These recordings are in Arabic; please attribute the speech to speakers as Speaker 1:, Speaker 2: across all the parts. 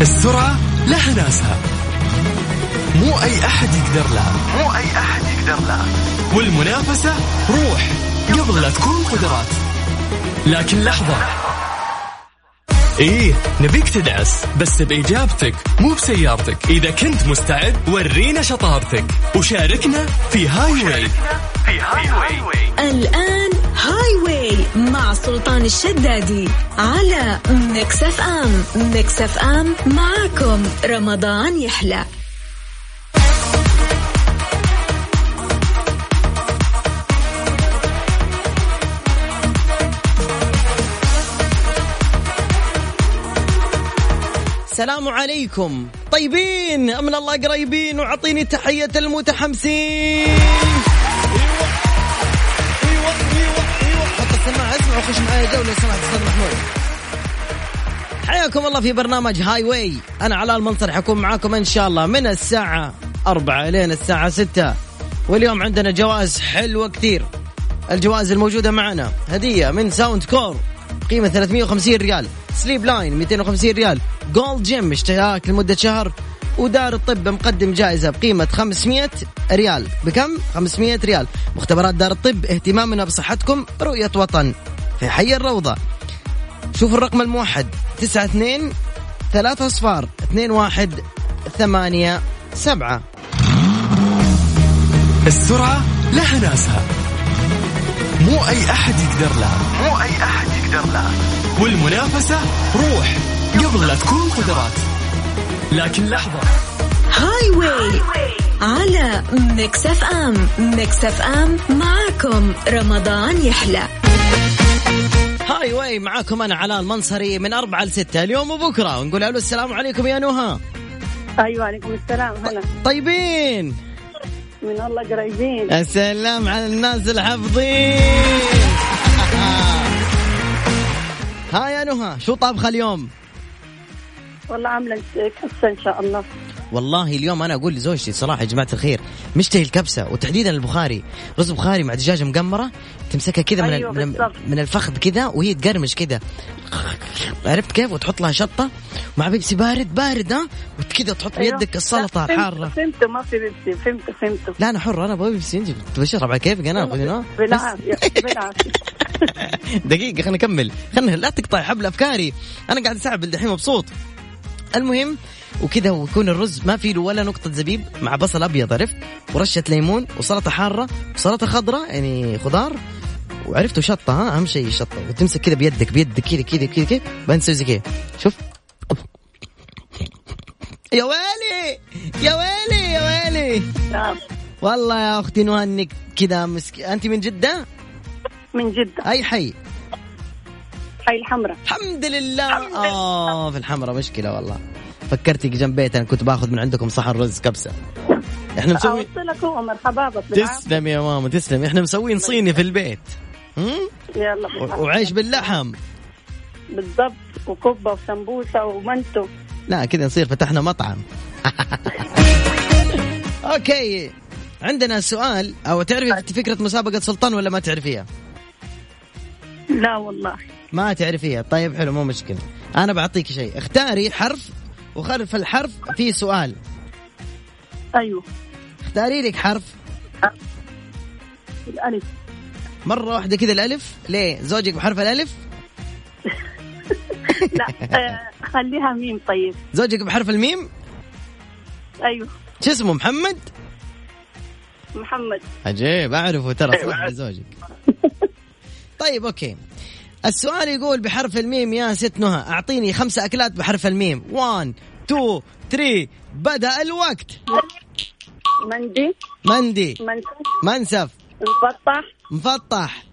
Speaker 1: السرعة لها ناسها مو أي أحد يقدر لها
Speaker 2: مو أي أحد يقدر لها
Speaker 1: والمنافسة روح قبل لا تكون قدرات لكن لحظة إيه نبيك تدعس بس بإجابتك مو بسيارتك إذا كنت مستعد ورينا شطارتك وشاركنا في هاي واي
Speaker 2: في هاي واي
Speaker 3: الآن هاي واي مع سلطان الشدادي على ميكس اف ام ميكس اف ام معاكم رمضان يحلى
Speaker 4: السلام عليكم طيبين من الله قريبين وعطيني تحية المتحمسين أيوة. أيوة، أيوة، أيوة. حط السماعة اسمع وخش معايا جو لو سمحت استاذ محمود حياكم الله في برنامج هاي واي انا علاء المنصر حكون معاكم ان شاء الله من الساعة أربعة لين الساعة ستة واليوم عندنا جوائز حلوة كتير الجوائز الموجودة معنا هدية من ساوند كور قيمة 350 ريال سليب لاين 250 ريال جولد جيم اشتراك لمدة شهر ودار الطب مقدم جائزة بقيمة 500 ريال بكم؟ 500 ريال مختبرات دار الطب اهتمامنا بصحتكم رؤية وطن في حي الروضة شوفوا الرقم الموحد 92 3 اصفار 21 8 7
Speaker 1: السرعة لها ناسها مو أي أحد يقدر لها
Speaker 2: مو أي أحد يقدر لها
Speaker 1: والمنافسة روح قبل لا تكون قدرات لكن لحظة
Speaker 3: هاي واي على ميكس اف ام ميكس اف ام معاكم رمضان يحلى
Speaker 4: هاي واي معاكم أنا علاء المنصري من 4 ل 6 اليوم وبكرة ونقول ألو السلام عليكم يا نهى
Speaker 5: ايوه عليكم السلام هلا
Speaker 4: طيبين
Speaker 5: من الله قريبين
Speaker 4: السلام على الناس الحافظين ها يا نهى شو طابخه اليوم
Speaker 5: والله عامله كبسه ان شاء الله
Speaker 4: والله اليوم انا اقول لزوجتي صراحه يا جماعه الخير مشتهي الكبسه وتحديدا البخاري رز بخاري مع دجاجه مقمره تمسكها كذا من,
Speaker 5: أيوة
Speaker 4: من
Speaker 5: بالضبط.
Speaker 4: من الفخذ كذا وهي تقرمش كذا عرفت كيف وتحط لها شطه مع بيبسي بارد بارد ها وكذا تحط
Speaker 5: أيوة.
Speaker 4: بيدك السلطه
Speaker 5: لا، فهمت-
Speaker 4: حاره
Speaker 5: فهمت ما في بيبسي فهمت فهمت
Speaker 4: لا انا حر انا ابغى بيبسي انت بتشرب على كيفك انا خذي نوع. بس-
Speaker 5: بالعافيه بالعافيه
Speaker 4: دقيقة خلينا نكمل خلينا لا تقطع حبل أفكاري أنا قاعد أسعبل دحين مبسوط المهم وكذا ويكون الرز ما فيه له ولا نقطة زبيب مع بصل أبيض عرفت ورشة ليمون وسلطة حارة وسلطة خضراء يعني خضار وعرفت وشطة ها أهم شيء الشطة وتمسك كذا بيدك بيدك كذا كذا كذا كذا بعدين تسوي زي كذا شوف يا ويلي يا ويلي يا ويلي
Speaker 5: نعم.
Speaker 4: والله يا أختي نهى إنك كذا مسك... أنت من جدة؟
Speaker 5: من جده
Speaker 4: أي حي؟
Speaker 5: حي الحمراء
Speaker 4: الحمد لله اه في الحمرة مشكله والله فكرتك جنب بيت انا كنت باخذ من عندكم صحن رز كبسه احنا مسوي
Speaker 5: اوصل لك هو مرحبا بك بالعافيه
Speaker 4: تسلم يا ماما تسلم احنا مسوين صيني في البيت هم؟
Speaker 5: يلا
Speaker 4: و-
Speaker 5: بالعافية.
Speaker 4: وعيش باللحم
Speaker 5: بالضبط وكبه وسمبوسه ومنتو
Speaker 4: لا كذا نصير فتحنا مطعم اوكي عندنا سؤال او تعرفي فكره مسابقه سلطان ولا ما تعرفيها
Speaker 5: لا والله
Speaker 4: ما تعرفيها طيب حلو مو مشكله انا بعطيك شيء اختاري حرف وخلف الحرف في سؤال
Speaker 5: ايوه
Speaker 4: اختاري لك حرف
Speaker 5: الالف
Speaker 4: مرة واحدة كذا الألف ليه زوجك بحرف الألف
Speaker 5: لا آه، خليها ميم طيب
Speaker 4: زوجك بحرف الميم
Speaker 5: ايوه
Speaker 4: شو اسمه محمد
Speaker 5: محمد
Speaker 4: عجيب أعرفه ترى صح زوجك طيب أوكي السؤال يقول بحرف الميم يا ست نهى أعطيني خمسة أكلات بحرف الميم 1 2 3 بدأ الوقت
Speaker 5: مندي
Speaker 4: مندي
Speaker 5: منسف
Speaker 4: منسف
Speaker 5: مفطح
Speaker 4: مفطح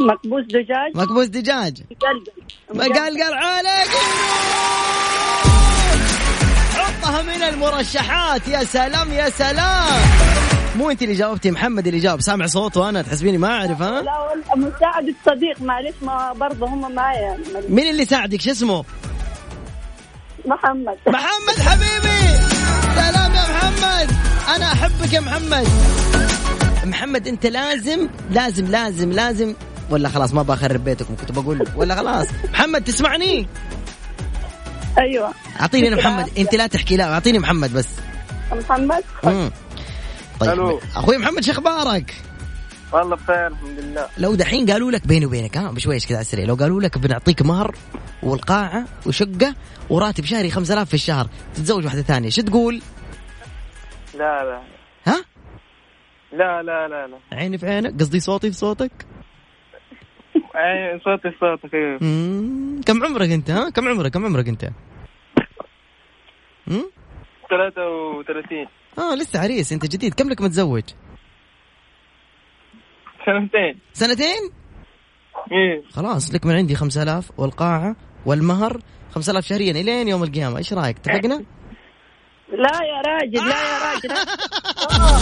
Speaker 5: مكبوس دجاج
Speaker 4: مكبوس دجاج
Speaker 5: مقلقل
Speaker 4: مقلقل عليك حطها من المرشحات يا سلام يا سلام مو انت اللي جاوبتي محمد اللي جاوب سامع صوته انا تحسبيني ما اعرف ها
Speaker 5: لا والله مساعد الصديق معلش ما برضه هم معايا
Speaker 4: مين اللي ساعدك شو اسمه
Speaker 5: محمد
Speaker 4: محمد حبيبي سلام يا محمد انا احبك يا محمد محمد انت لازم لازم لازم لازم ولا خلاص ما بخرب بيتكم كنت بقول ولا خلاص محمد تسمعني
Speaker 5: ايوه
Speaker 4: اعطيني انا محمد انت لا تحكي لا اعطيني محمد بس
Speaker 5: محمد
Speaker 4: مم. طيب
Speaker 6: ألو.
Speaker 4: اخوي محمد شو اخبارك؟
Speaker 6: والله بخير الحمد لله
Speaker 4: لو دحين قالوا لك بيني وبينك ها بشويش كذا على السريع لو قالوا لك بنعطيك مهر والقاعه وشقه وراتب شهري 5000 في الشهر تتزوج واحده ثانيه شو تقول؟
Speaker 6: لا لا
Speaker 4: ها؟
Speaker 6: لا لا لا لا
Speaker 4: عيني في عينك قصدي صوتي في صوتك
Speaker 6: عين- صوتي في صوتك
Speaker 7: إيه.
Speaker 6: ايوه
Speaker 4: مم. كم عمرك انت ها؟ كم عمرك كم عمرك انت؟ مم؟
Speaker 6: 33
Speaker 4: اه لسه عريس انت جديد كم لك متزوج؟
Speaker 6: سنتين
Speaker 4: سنتين؟
Speaker 7: إيه.
Speaker 6: ايه
Speaker 4: خلاص لك من عندي 5000 والقاعه والمهر 5000 شهريا الين يوم القيامه ايش رايك اتفقنا؟
Speaker 5: لا يا راجل لا يا راجل
Speaker 4: آه،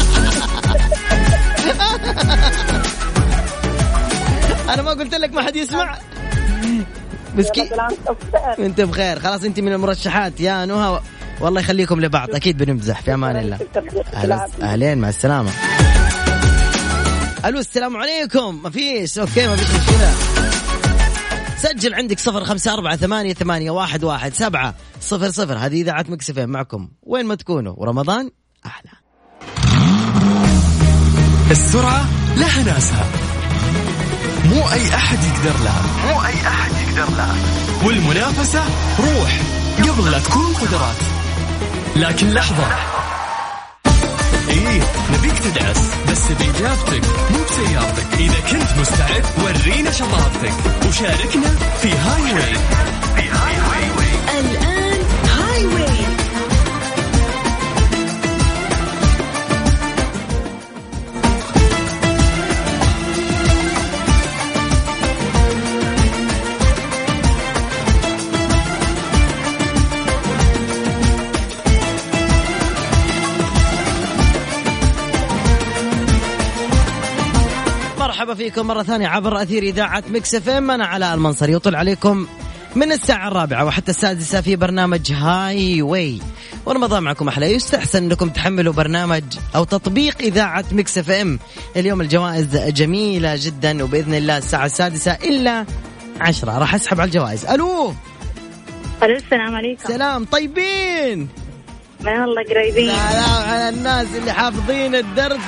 Speaker 4: انا ما قلت لك ما حد يسمع مسكين انت بخير خلاص انت من المرشحات يا نهى والله يخليكم لبعض اكيد بنمزح في امان الله أهلا- اهلين مع السلامه الو السلام عليكم ما فيش اوكي ما فيش مشكله سجل عندك صفر خمسة أربعة ثمانية, ثمانية واحد, واحد سبعة صفر صفر هذه إذاعة مكسفين معكم وين ما تكونوا ورمضان أحلى
Speaker 1: السرعة لها ناسها مو أي أحد يقدر لها
Speaker 2: مو أي أحد يقدر لها
Speaker 1: والمنافسة روح قبل لا تكون قدرات لكن لحظة إيه نبيك تدعس بس بإجابتك مو بسيارتك إذا كنت مستعد ورينا شطارتك وشاركنا في هاي واي
Speaker 2: في هاي واي
Speaker 3: الآن هاي واي
Speaker 4: مرحبا فيكم مرة ثانية عبر أثير إذاعة مكس اف ام أنا علاء المنصري يطل عليكم من الساعة الرابعة وحتى السادسة في برنامج هاي واي ورمضان معكم أحلى يستحسن أنكم تحملوا برنامج أو تطبيق إذاعة مكس اف ام اليوم الجوائز جميلة جدا وبإذن الله الساعة السادسة إلا عشرة راح أسحب على الجوائز ألو
Speaker 5: الو السلام عليكم
Speaker 4: سلام طيبين
Speaker 5: من الله قريبين
Speaker 4: سلام على الناس اللي حافظين الدرس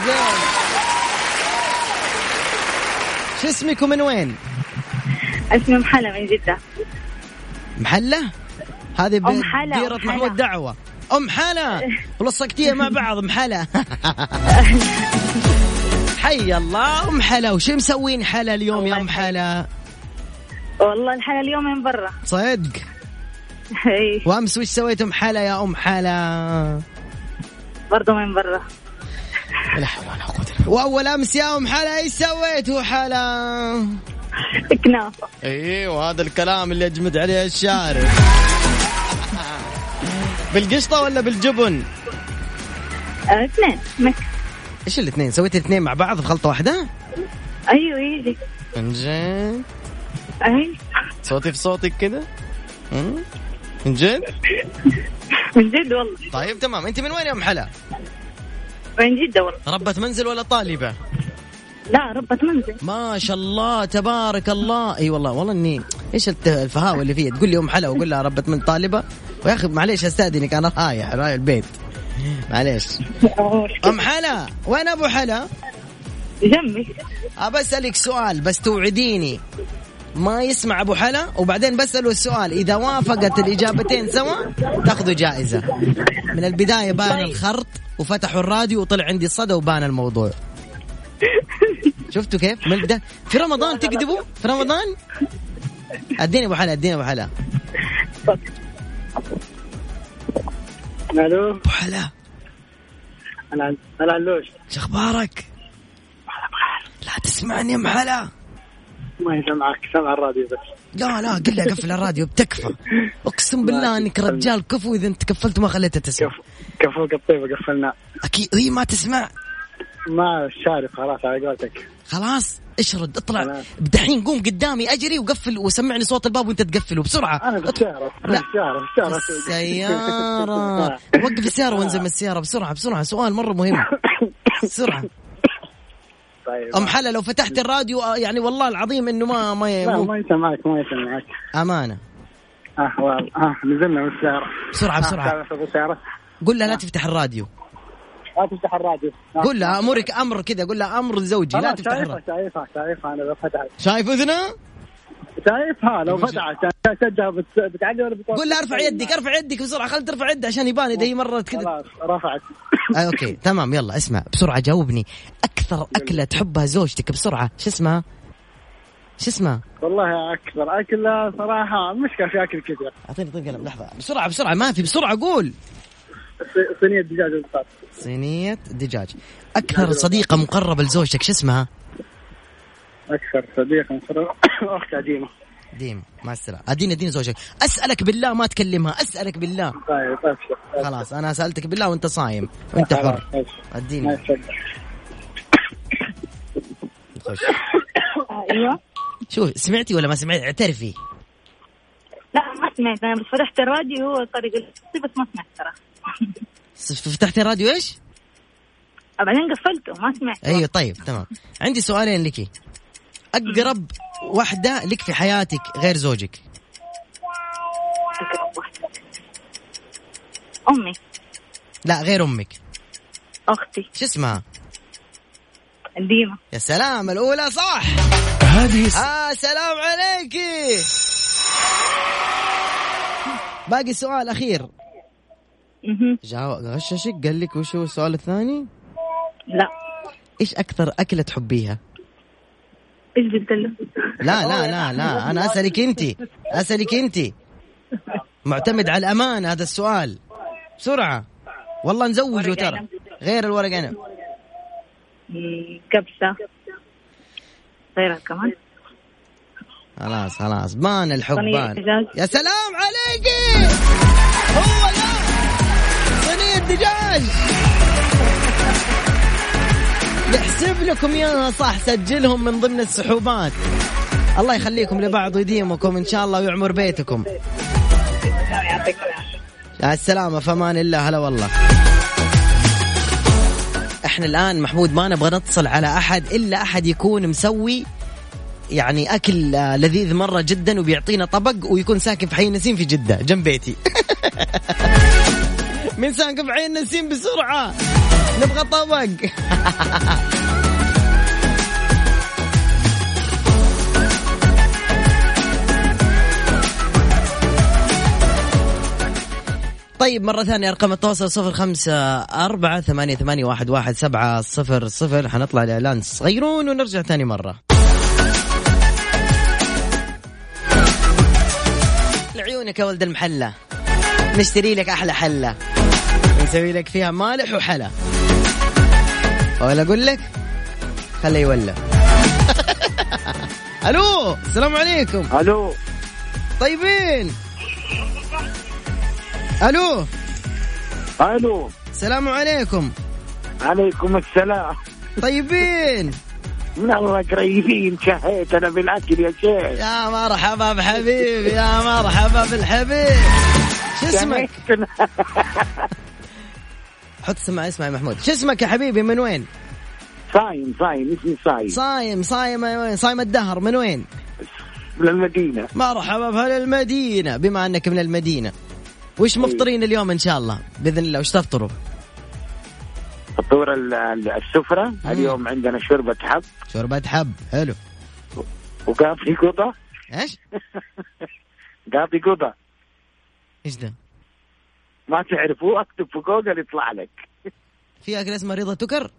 Speaker 4: شو اسمك ومن وين؟
Speaker 5: اسمي محلا من جدة
Speaker 4: محلة هذه
Speaker 5: أم حلا،
Speaker 4: بديرة
Speaker 5: أم حلا.
Speaker 4: محمود دعوة أم حلا ولصقتيها مع بعض أم حلا حي الله أم حلا وش مسوين حلا اليوم يا
Speaker 5: الله
Speaker 4: أم
Speaker 5: يخليك.
Speaker 4: حلا
Speaker 5: والله الحلا اليوم من برا
Speaker 4: صدق
Speaker 5: إيه،
Speaker 4: وأمس وش سويتم حلا يا أم حلا
Speaker 5: برضه من برا
Speaker 4: لا حول ولا قوة إلا بالله. وأول أمس يا أم حلا إيش سويتوا حلا
Speaker 5: كنافة
Speaker 4: ايوه هذا الكلام اللي اجمد عليه الشارع بالقشطه ولا بالجبن؟
Speaker 5: آه، اثنين مك-
Speaker 4: ايش الاثنين؟ سويت الاثنين مع بعض في خلطه واحده؟
Speaker 5: ايوه يجي
Speaker 4: انجين
Speaker 5: اي
Speaker 4: صوتي في صوتك كذا؟ من جد؟
Speaker 5: من جد والله
Speaker 4: طيب تمام انت من وين يا ام حلا؟
Speaker 5: من جدة والله
Speaker 4: ربة منزل ولا طالبة؟
Speaker 5: لا ربة منزل
Speaker 4: ما شاء الله تبارك الله اي والله والله اني ايش الت- الفهاوه اللي فيها تقول لي ام حلا واقول لها ربة من طالبة ويا اخي معليش استاذنك انا رايح رايح البيت معليش ام حلا وين ابو حلا؟
Speaker 5: جنبي
Speaker 4: ابى اسالك سؤال بس توعديني ما يسمع ابو حلا وبعدين بساله السؤال اذا وافقت الاجابتين سوا تاخذوا جائزه من البدايه بان الخرط وفتحوا الراديو وطلع عندي الصدى وبان الموضوع شفتوا كيف من البدايه في رمضان تكذبوا في رمضان اديني ابو حلا اديني ابو حلا
Speaker 6: الو
Speaker 4: ابو حلا
Speaker 6: انا انا علوش
Speaker 4: شو اخبارك لا تسمعني يا ام حلا
Speaker 6: ما يسمعك سمع الراديو بس
Speaker 4: لا لا قل لي اقفل الراديو بتكفى اقسم بالله انك رجال كفو اذا انت كفلت ما خليته تسمع
Speaker 6: كفو كفو الطيبه قفلنا
Speaker 4: اكيد هي ما تسمع
Speaker 6: ما الشارف خلاص على قولتك
Speaker 4: خلاص اشرد اطلع
Speaker 6: خلاص.
Speaker 4: دحين قوم قدامي اجري وقفل وسمعني صوت الباب وانت تقفله بسرعه
Speaker 6: انا في السياره في
Speaker 4: لا.
Speaker 6: السياره في السياره
Speaker 4: في السيارة وقف السيارة وانزل من السيارة بسرعة بسرعة سؤال مرة مهم بسرعة
Speaker 6: طيب
Speaker 4: أم حلا لو فتحت الراديو آه، يعني والله العظيم إنه ما ما
Speaker 6: لا
Speaker 4: مو-
Speaker 6: ما يسمعك ما يسمعك
Speaker 4: أمانة
Speaker 6: اه والله اه نزلنا من السيارة
Speaker 4: بسرعة،
Speaker 6: آه،
Speaker 4: بسرعة.
Speaker 6: تعال أشرب السيارة
Speaker 4: قول لها لا تفتح الراديو
Speaker 6: لا تفتح الراديو آه.
Speaker 4: قول لها امرك امر كذا قول لها امر زوجي لا
Speaker 6: خلاص،
Speaker 4: تفتح
Speaker 6: شايفها
Speaker 4: الراديو
Speaker 6: شايفها شايفها انا لو فتحت
Speaker 4: شايف اذنه
Speaker 6: شايفها لو فتحت شجها بت- بتعدي ولا بتوقف
Speaker 4: قول لها ارفع يدك ارفع يدك بسرعه خل ترفع يدها عشان يبان اذا هي مرت كذا
Speaker 6: خلاص رفعت
Speaker 4: آه اوكي تمام يلا اسمع بسرعه جاوبني اكثر اكله تحبها زوجتك بسرعه شو اسمها شو اسمها
Speaker 6: والله اكثر اكل صراحه مشكله في اكل كثير
Speaker 4: اعطيني طيب قلم لحظه بسرعه بسرعه ما في بسرعه قول
Speaker 6: ص- صينيه دجاج والبطاطس
Speaker 4: صينيه دجاج اكثر صديقه مقربه لزوجتك شو اسمها
Speaker 6: اكثر صديق مقرب اخت عديمه
Speaker 4: ديم مع السلامه اديني اديني زوجك اسالك بالله ما تكلمها اسالك بالله
Speaker 6: طيب ابشر
Speaker 4: خلاص انا سالتك بالله وانت صايم وانت حر
Speaker 6: ما
Speaker 4: اديني
Speaker 6: يصدق
Speaker 4: خش
Speaker 5: ايوه
Speaker 4: شو سمعتي ولا ما سمعتي اعترفي
Speaker 5: لا ما سمعت انا بس فتحت الراديو هو صار يقول لي بس ما سمعت ترى
Speaker 4: س- فتحتي راديو ايش؟
Speaker 5: بعدين قفلته ما سمعت
Speaker 4: ايوه طيب تمام عندي سؤالين لك اقرب واحده لك في حياتك غير زوجك
Speaker 5: امي
Speaker 4: لا غير امك
Speaker 5: اختي
Speaker 4: شو اسمها
Speaker 5: ديما
Speaker 4: يا سلام الاولى صح
Speaker 1: هذه الس-
Speaker 4: آه سلام عليكي باقي سؤال اخير
Speaker 5: مهم.
Speaker 4: جاو غششك قال لك وشو السؤال الثاني
Speaker 5: لا
Speaker 4: ايش اكثر اكله تحبيها
Speaker 5: ايش قلت له؟
Speaker 4: لا لا لا لا انا اسالك انت اسالك انت معتمد على الامان هذا السؤال بسرعه والله نزوجه
Speaker 5: ورق
Speaker 4: ترى
Speaker 5: عنب.
Speaker 4: غير الورق عنب
Speaker 5: مم، كبسه غيرها كمان
Speaker 4: خلاص خلاص بان الحب
Speaker 5: صينية
Speaker 4: بان
Speaker 5: دجاج.
Speaker 4: يا سلام عليك هو ده صينية دجاج يحسب لكم ياها صح سجلهم من ضمن السحوبات الله يخليكم لبعض ويديمكم ان شاء الله ويعمر بيتكم يا السلامة في امان الله هلا والله احنا الان محمود ما نبغى نتصل على احد الا احد يكون مسوي يعني اكل آه، لذيذ مره جدا وبيعطينا طبق ويكون ساكن في حي نسيم في جده جنب بيتي من ساكن في حي نسيم بسرعه نبغى طبق طيب مرة ثانية أرقام التواصل صفر خمسة أربعة ثمانية ثمانية واحد واحد سبعة صفر صفر حنطلع الإعلان صغيرون ونرجع ثاني مرة لعيونك يا ولد المحلة نشتري لك أحلى حلة نسوي لك فيها مالح وحلا ولا أقول لك خليه يولى ألو السلام عليكم
Speaker 6: الو
Speaker 4: طيبين ألو
Speaker 6: الو
Speaker 4: السلام عليكم
Speaker 6: عليكم السلام
Speaker 4: طيبين
Speaker 6: من الله قريبين شهيت انا بالاكل يا شيخ
Speaker 4: يا مرحبا بحبيبي يا مرحبا بالحبيب شو
Speaker 6: يعني
Speaker 4: اسمك حط سماعة اسمع يا محمود شو اسمك يا حبيبي من وين
Speaker 6: صايم صايم اسمي صايم
Speaker 4: صايم صايم من وين؟ صايم الدهر من وين
Speaker 6: من المدينه
Speaker 4: مرحبا بهل المدينة بما أنك من المدينة وش مفطرين اليوم إن شاء الله بإذن الله وش تفطروا
Speaker 6: فطور ال- ال- السفره اليوم عندنا شوربه حب
Speaker 4: شوربة حب حلو
Speaker 6: وقافي قطه
Speaker 4: إيش
Speaker 6: قافي قطه
Speaker 4: إيش ده
Speaker 6: ما تعرفوه اكتب في جوجل يطلع لك
Speaker 4: في أكل اسمه رضا تكر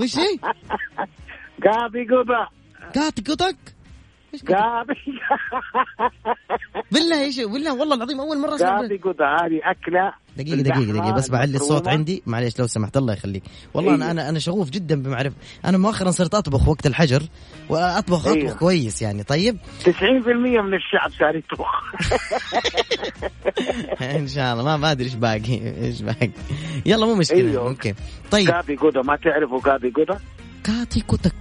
Speaker 4: وش هي
Speaker 6: قافي قطه
Speaker 4: قاط قطك
Speaker 6: قافي
Speaker 4: بالله ايش بالله والله العظيم اول مره اسمع
Speaker 6: قافي قطه هذه اكله
Speaker 4: دقيقة دقيقة دقيقة بس بعلي الصوت عندي معليش لو سمحت الله يخليك والله أنا
Speaker 6: أيوه.
Speaker 4: أنا أنا شغوف جدا بمعرفة أنا مؤخرا صرت أطبخ وقت الحجر وأطبخ أطبخ
Speaker 6: أيوه.
Speaker 4: كويس يعني طيب
Speaker 6: 90% من الشعب صار يطبخ
Speaker 4: إن شاء الله ما ما أدري إيش باقي إيش باقي يلا مو مشكلة
Speaker 6: أيوه.
Speaker 4: ممكن طيب
Speaker 6: قافي قطه ما تعرفوا قافي قطه
Speaker 4: كاتي كوتك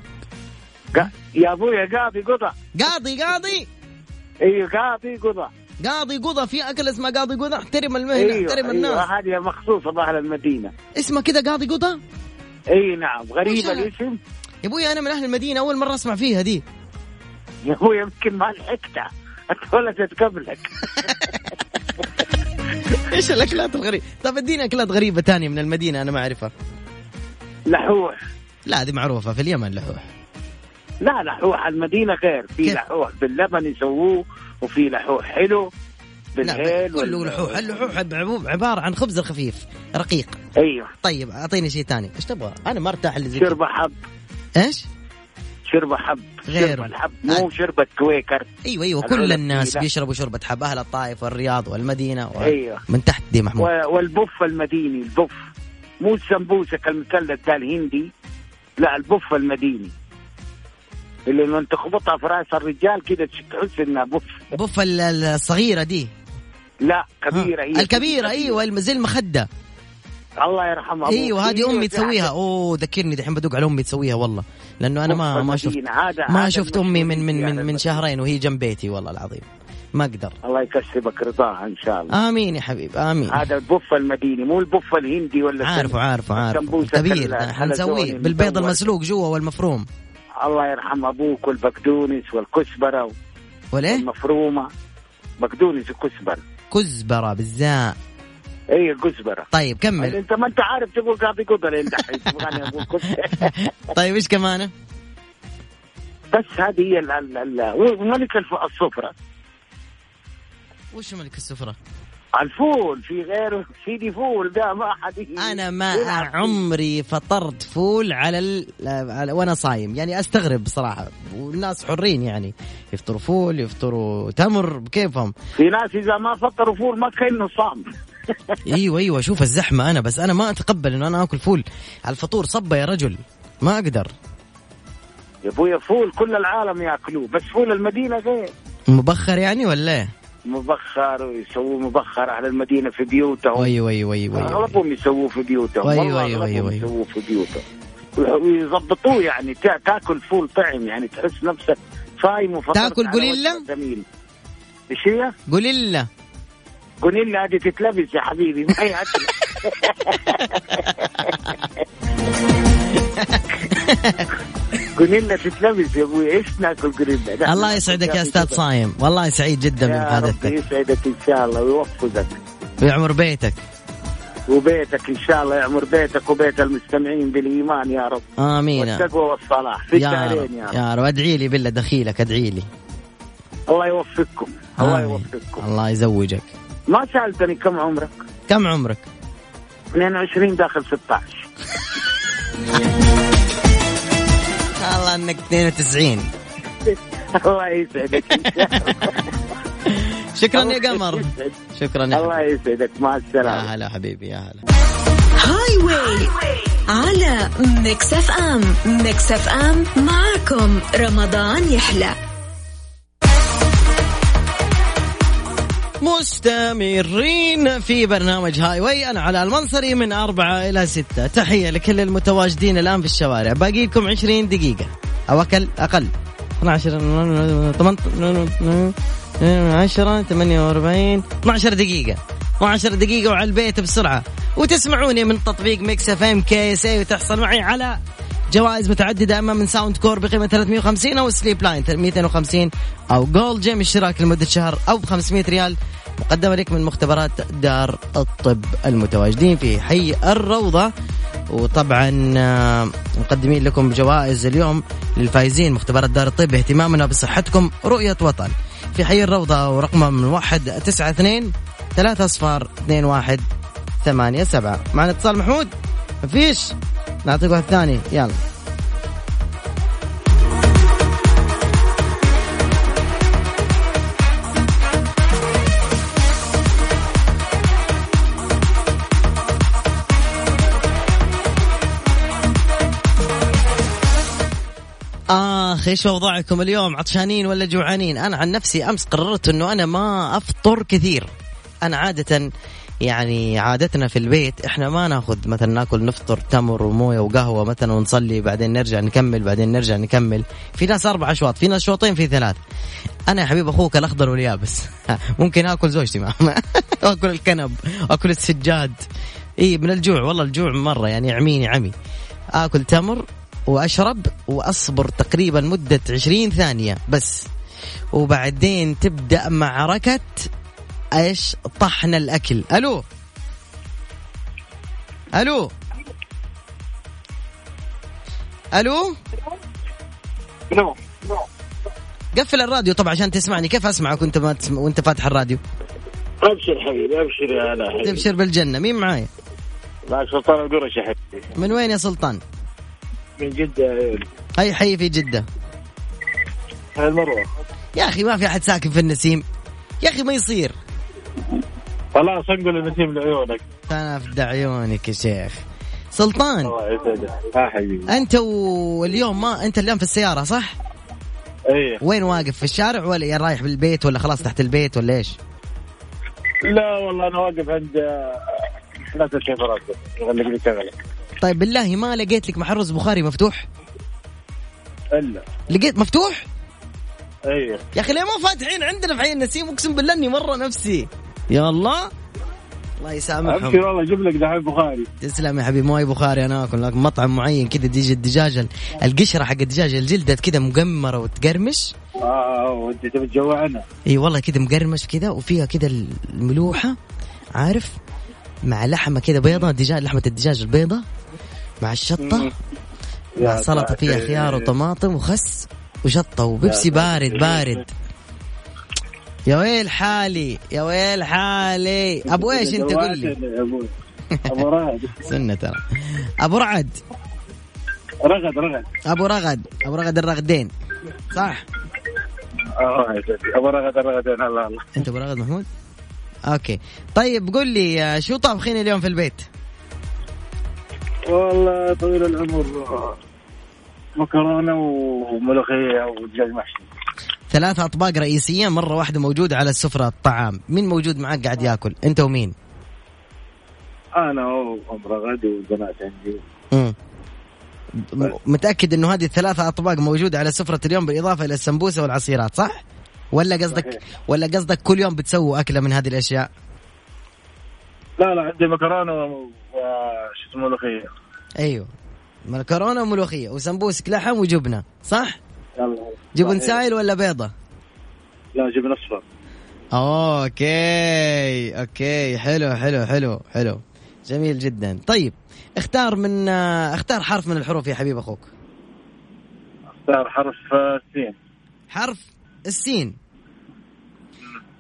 Speaker 6: قا- يا ابويا قافي قطه
Speaker 4: قاضي قاضي
Speaker 6: ايوه قافي قطه
Speaker 4: قاضي قضى في أكل اسمه قاضي قضى احترم المهنة
Speaker 6: ايوه
Speaker 4: احترم
Speaker 6: أيوه،
Speaker 4: الناس
Speaker 6: هذه مخصوصه باهل المدينه
Speaker 4: اسمه كذا قاضي قضى
Speaker 6: اي نعم
Speaker 4: وش
Speaker 6: غريبه
Speaker 4: أنا؟
Speaker 6: الاسم
Speaker 4: يا أبوي أنا من أهل المدينة أول مرة أسمع فيها دي
Speaker 6: هو يمكن ما لحقته اتولدت قبلك
Speaker 4: ايش الاكلات الغريبه طب اديني اكلات غريبه تانية من المدينه انا ما اعرفها
Speaker 6: لحوح
Speaker 4: لا هذه معروفه في اليمن لحوح
Speaker 6: لا لحوح المدينه غير في
Speaker 4: كيف؟
Speaker 6: لحوح باللبن يسووه وفي لحوح حلو
Speaker 4: لا
Speaker 6: بالهيل
Speaker 4: كله
Speaker 6: وال-
Speaker 4: لحوح اللحوح عب- عباره عن خبز خفيف رقيق
Speaker 6: ايوه
Speaker 4: طيب اعطيني شيء ثاني ايش تبغى انا ما ارتاح اللي زي كذا.
Speaker 6: شربة حب
Speaker 4: ايش
Speaker 6: شربة حب
Speaker 4: غيره.
Speaker 6: شربة الحب
Speaker 4: نعم.
Speaker 6: مو شربة كويكر
Speaker 4: ايوه ايوه
Speaker 6: العلب
Speaker 4: كل الناس
Speaker 6: الثقيلة.
Speaker 4: بيشربوا شوربه حب اهل الطائف والرياض والمدينه و...
Speaker 6: أيوة.
Speaker 4: من تحت دي محمود
Speaker 6: و- والبف المديني البف مو السمبوسك المثلث ده الهندي لا البف المديني اللي لما تخبطها في راس الرجال كده تش- تحس انها بف
Speaker 4: بف ال- ال- الصغيره دي
Speaker 6: لا
Speaker 4: ها.
Speaker 6: كبيره هي
Speaker 4: الكبيره ايوه الم- زي المخده
Speaker 6: الله يرحمها أبوك.
Speaker 4: ايوه هذه امي
Speaker 6: زي
Speaker 4: تسويها اوه ذكرني دحين بدق على امي تسويها والله لانه انا ما
Speaker 6: بف
Speaker 4: ما شفت
Speaker 6: المدينة. هذا-
Speaker 4: ما
Speaker 6: هذا
Speaker 4: شفت امي من من
Speaker 6: المشهور
Speaker 4: من,
Speaker 6: فيه
Speaker 4: من
Speaker 6: هذا.
Speaker 4: شهرين وهي جنب بيتي والله العظيم ما اقدر
Speaker 6: الله يكسبك رضاها ان شاء الله
Speaker 4: امين يا حبيب امين
Speaker 6: هذا البف المديني مو البف الهندي ولا
Speaker 4: إيه. عارفه
Speaker 6: السم-
Speaker 4: عارفه عارفه
Speaker 6: السمبوسك
Speaker 4: كبير
Speaker 6: ال-
Speaker 4: ده حنسويه
Speaker 6: الحلزوني
Speaker 4: بالبيض
Speaker 6: المدور.
Speaker 4: المسلوق جوا والمفروم
Speaker 6: الله يرحم ابوك والبقدونس والكسبره
Speaker 4: ولا
Speaker 6: والمفرومه بقدونس وكسبر
Speaker 4: كزبره بالزاء
Speaker 6: اي كزبره
Speaker 4: طيب
Speaker 6: يعني
Speaker 4: كمل
Speaker 6: انت ما انت عارف تقول قاضي قدر انت الحين تبغاني اقول كزبره
Speaker 4: طيب ايش كمان
Speaker 6: بس هذه هي ال- ال- ال- وملك الف- الصفرة
Speaker 4: وش ملك السفره
Speaker 6: الفول في غيره سيدي فول ده ما حد ي-
Speaker 4: انا ما
Speaker 6: يلعب فيه.
Speaker 4: عمري فطرت فول على, ال... على وانا صايم يعني استغرب صراحه والناس حرين يعني يفطروا فول يفطروا تمر بكيفهم
Speaker 6: في ناس اذا ما فطروا فول ما كانه صام
Speaker 4: ايوه ايوه اشوف الزحمه انا بس انا ما اتقبل انه انا اكل فول على الفطور صبه يا رجل ما اقدر
Speaker 6: يا ابويا فول كل العالم ياكلوه بس فول المدينه غير
Speaker 4: مبخر يعني ولا ايه؟
Speaker 6: مبخر ويسووه مبخر اهل المدينه في بيوتهم
Speaker 4: وي وي وي وي
Speaker 6: اغلبهم يسووه في بيوتهم
Speaker 4: وي-
Speaker 6: والله
Speaker 4: وي- وي-
Speaker 6: اغلبهم
Speaker 4: وي.
Speaker 6: يسووه في بيوتهم ويظبطوه يعني تا- تاكل فول طعم يعني تحس نفسك صايم وفطرت
Speaker 4: تاكل
Speaker 6: على
Speaker 4: قليلة؟
Speaker 6: وجبة جميلة. ايش هي؟
Speaker 4: قليلا
Speaker 6: قليلا هذه تتلبس يا حبيبي ما هي اكل قليلا تتلبس يا ابوي ايش ناكل قليلا؟
Speaker 4: الله يسعدك يا استاذ صايم والله سعيد جدا من
Speaker 6: يا رب
Speaker 4: محادثتك
Speaker 6: يسعدك ان شاء الله ويوفقك
Speaker 4: ويعمر بيتك
Speaker 6: وبيتك ان شاء الله يعمر بيتك وبيت المستمعين بالايمان يا رب
Speaker 4: امين
Speaker 6: والتقوى والصلاح في
Speaker 4: يا
Speaker 6: الدارين
Speaker 4: رب
Speaker 6: يا رب
Speaker 4: يا رب ادعي لي بالله دخيلك ادعي لي
Speaker 6: الله يوفقكم الله
Speaker 4: آمين.
Speaker 6: يوفقكم
Speaker 4: الله يزوجك
Speaker 6: ما سالتني كم عمرك؟
Speaker 4: كم عمرك
Speaker 6: 22 داخل 16
Speaker 4: الله انك 92
Speaker 6: الله يسعدك إن شاء الله.
Speaker 4: شكرا يا قمر شكرا يا حبيبي.
Speaker 6: الله يسعدك مع
Speaker 4: يا
Speaker 6: السلامه
Speaker 4: هلا حبيبي يا هلا
Speaker 3: هاي واي على ميكس اف ام ميكس اف ام معاكم رمضان يحلى
Speaker 4: مستمرين في برنامج هاي واي انا على المنصري من أربعة الى ستة تحية لكل المتواجدين الان في الشوارع باقي لكم 20 دقيقة او اقل اقل 12 18 10 48 12 دقيقة 12 دقيقة وعلى البيت بسرعة وتسمعوني من تطبيق ميكس اف ام كي اس اي وتحصل معي على جوائز متعددة اما من ساوند كور بقيمة 350 او سليب لاين 250 او جول جيم اشتراك لمدة شهر او ب 500 ريال مقدمة لك من مختبرات دار الطب المتواجدين في حي الروضة وطبعا آه، مقدمين لكم جوائز اليوم للفائزين مختبرات دار الطب اهتمامنا بصحتكم رؤية وطن في حي الروضة ورقمها من واحد تسعة اثنين ثلاثة أصفار اثنين واحد ثمانية سبعة معنا اتصال محمود مفيش نعطيك واحد ثاني يلا اخ ايش اوضاعكم اليوم عطشانين ولا جوعانين انا عن نفسي امس قررت انه انا ما افطر كثير انا عاده يعني عادتنا في البيت احنا ما ناخذ مثلا ناكل نفطر تمر ومويه وقهوه مثلا ونصلي بعدين نرجع نكمل بعدين نرجع نكمل في ناس اربع اشواط في ناس شوطين في ثلاث انا يا حبيب اخوك الاخضر واليابس ممكن اكل زوجتي معه اكل الكنب اكل السجاد اي من الجوع والله الجوع مره يعني يعميني عمي اكل تمر واشرب واصبر تقريبا مده 20 ثانيه بس وبعدين تبدا معركه ايش طحن الاكل الو الو الو
Speaker 6: نو
Speaker 4: قفل الراديو طبعا عشان تسمعني كيف اسمعك وانت ما تسمع وانت فاتح الراديو
Speaker 6: ابشر حبيبي ابشر يا هلا حبيبي
Speaker 4: تبشر بالجنه مين معايا
Speaker 6: معك سلطان القرش يا حبيبي
Speaker 4: من وين يا سلطان
Speaker 6: من آه، جدة
Speaker 4: اي حي في جده
Speaker 6: المروة
Speaker 4: يا اخي ما في احد ساكن في النسيم يا اخي ما يصير
Speaker 6: والله صنقل النسيم لعيونك
Speaker 4: انا افدى عيونك يا شيخ سلطان
Speaker 6: الله يسعدك ها حبيبي
Speaker 4: انت واليوم ما انت اليوم في السياره صح
Speaker 6: ايه
Speaker 4: وين واقف في الشارع ولا يا رايح بالبيت ولا خلاص تحت البيت ولا ايش
Speaker 6: لا والله انا واقف عند آه، ثلاثة سيارات يغلق لي شغلة
Speaker 4: طيب بالله ما لقيت لك محل رز بخاري مفتوح
Speaker 6: الا
Speaker 4: لقيت مفتوح
Speaker 6: ايه
Speaker 4: يا اخي ليه مو فاتحين عندنا في حي النسيم اقسم بالله اني مره نفسي يا الله الله يسامحهم
Speaker 6: ابشر والله جيب لك دحين بخاري
Speaker 4: تسلم يا حبيبي ماي بخاري انا اكل لكن مطعم معين كذا تيجي الدجاجه القشره حق الدجاجه الجلده كذا مقمره وتقرمش
Speaker 6: اه وانت تبي تجوعنا
Speaker 4: اي والله كذا مقرمش كذا وفيها كذا الملوحه عارف مع لحمه كذا بيضه دجاج لحمه الدجاج البيضه مع الشطه مع
Speaker 6: يا
Speaker 4: سلطه فيها
Speaker 6: ساتر.
Speaker 4: خيار وطماطم وخس وشطه وبيبسي بارد بارد يا ويل حالي يا ويل حالي ابو ايش انت قول لي
Speaker 6: جوعتني يا أبو- ابو رغد
Speaker 4: سنه ترى ابو رعد
Speaker 6: رغد رغد
Speaker 4: ابو رغد ابو رغد الرغدين صح
Speaker 6: اه يا ساتر. ابو رغد رغدين الله الله
Speaker 4: انت ابو رغد محمود اوكي طيب قول لي آه، شو طابخين اليوم في البيت
Speaker 6: والله طويل العمر مكرونه وملوخيه ودجاج محشي
Speaker 4: ثلاث اطباق رئيسيه مره واحده موجوده على السفره الطعام مين موجود معك قاعد ياكل انت ومين
Speaker 6: انا وام رغد وبنات عندي
Speaker 4: مم. م- متاكد انه هذه الثلاثه اطباق موجوده على سفره اليوم بالاضافه الى السمبوسه والعصيرات صح ولا قصدك ولا قصدك كل يوم بتسووا اكله من هذه الاشياء
Speaker 6: لا لا عندي مكرونه و- وش اسمه ملوخيه
Speaker 4: ايوه مكرونه وملوخيه وسمبوسك لحم وجبنه صح
Speaker 6: يلا
Speaker 4: جبن
Speaker 6: صحيح.
Speaker 4: سائل ولا بيضه
Speaker 6: لا جبن اصفر
Speaker 4: اوكي اوكي حلو حلو حلو حلو جميل جدا طيب اختار من آه، اختار حرف من الحروف يا حبيب اخوك
Speaker 6: اختار حرف السين
Speaker 4: حرف السين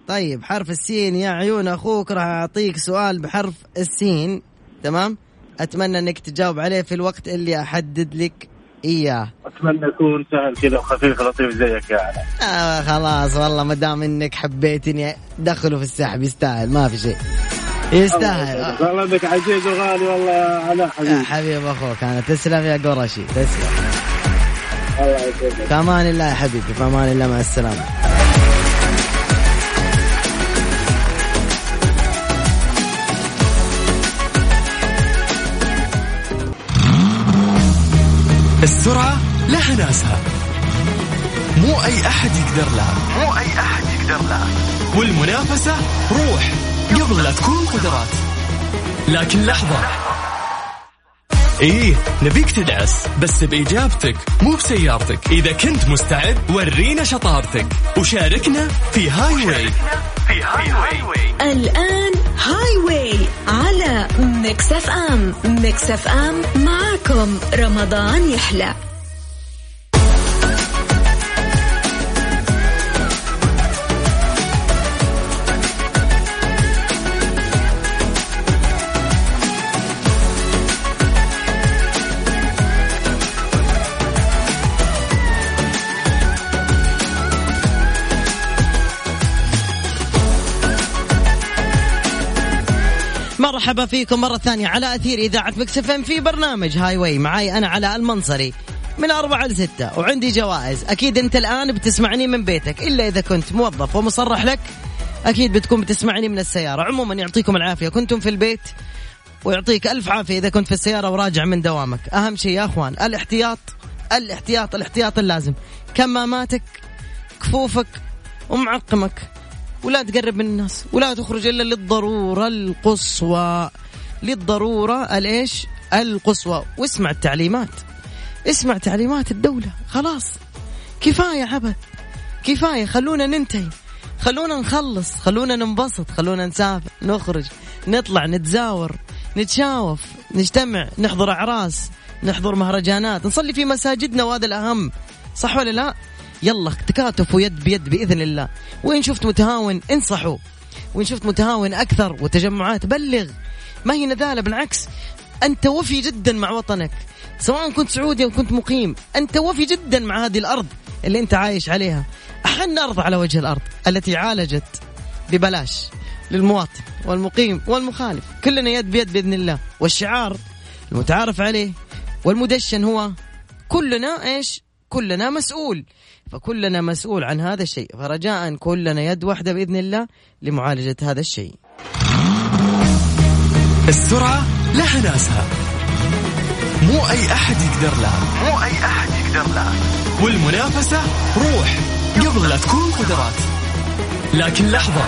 Speaker 4: طيب حرف السين يا عيون اخوك راح اعطيك سؤال بحرف السين تمام اتمنى انك تجاوب عليه في الوقت اللي احدد لك اياه
Speaker 6: اتمنى يكون سهل كذا وخفيف لطيف زيك يعني. يا علا
Speaker 4: آه خلاص والله ما دام انك حبيتني دخله في السحب يستاهل ما في شيء يستاهل آه.
Speaker 6: والله انك عزيز وغالي والله يا علا
Speaker 4: يا
Speaker 6: حبيبي
Speaker 4: حبيب اخوك انا تسلم يا قرشي تسلم
Speaker 6: الله يسعدك
Speaker 4: في امان الله يا حبيبي في امان الله مع السلامه
Speaker 1: السرعة لها ناسها مو أي أحد يقدر لها
Speaker 2: مو أي أحد يقدر لها
Speaker 1: والمنافسة روح قبل لا تكون قدرات لكن لحظة إيه نبيك تدعس بس بإجابتك مو بسيارتك إذا كنت مستعد ورينا شطارتك وشاركنا في هاي واي
Speaker 2: في هاي واي
Speaker 3: الآن هاي واي على ميكس اف ام ميكس اف ام معاكم رمضان يحلى
Speaker 4: مرحبا فيكم مرة ثانية على أثير إذاعة مكسفن في برنامج هاي واي معاي أنا علاء المنصري من أربعة لستة وعندي جوائز أكيد أنت الآن بتسمعني من بيتك إلا إذا كنت موظف ومصرح لك أكيد بتكون بتسمعني من السيارة عموما يعطيكم العافية كنتم في البيت ويعطيك ألف عافية إذا كنت في السيارة وراجع من دوامك أهم شيء يا أخوان الاحتياط الاحتياط الاحتياط اللازم كماماتك كفوفك ومعقمك ولا تقرب من الناس ولا تخرج الا للضروره القصوى للضروره الايش القصوى واسمع التعليمات اسمع تعليمات الدوله خلاص كفايه عبث كفايه خلونا ننتهي خلونا نخلص خلونا ننبسط خلونا نسافر نخرج نطلع نتزاور نتشاوف نجتمع نحضر اعراس نحضر مهرجانات نصلي في مساجدنا وهذا الاهم صح ولا لا يلا تكاتف ويد بيد باذن الله وان شفت متهاون انصحوا وان شفت متهاون اكثر وتجمعات بلغ ما هي نذاله بالعكس انت وفي جدا مع وطنك سواء كنت سعودي او كنت مقيم انت وفي جدا مع هذه الارض اللي انت عايش عليها احن ارض على وجه الارض التي عالجت ببلاش للمواطن والمقيم والمخالف كلنا يد بيد باذن الله والشعار المتعارف عليه والمدشن هو كلنا ايش كلنا مسؤول فكلنا مسؤول عن هذا الشيء فرجاء كلنا يد واحده باذن الله لمعالجه هذا الشيء
Speaker 1: السرعة لها ناسها مو أي أحد يقدر لها
Speaker 2: مو أي أحد يقدر له
Speaker 1: والمنافسة روح قبل لا تكون قدرات لكن لحظة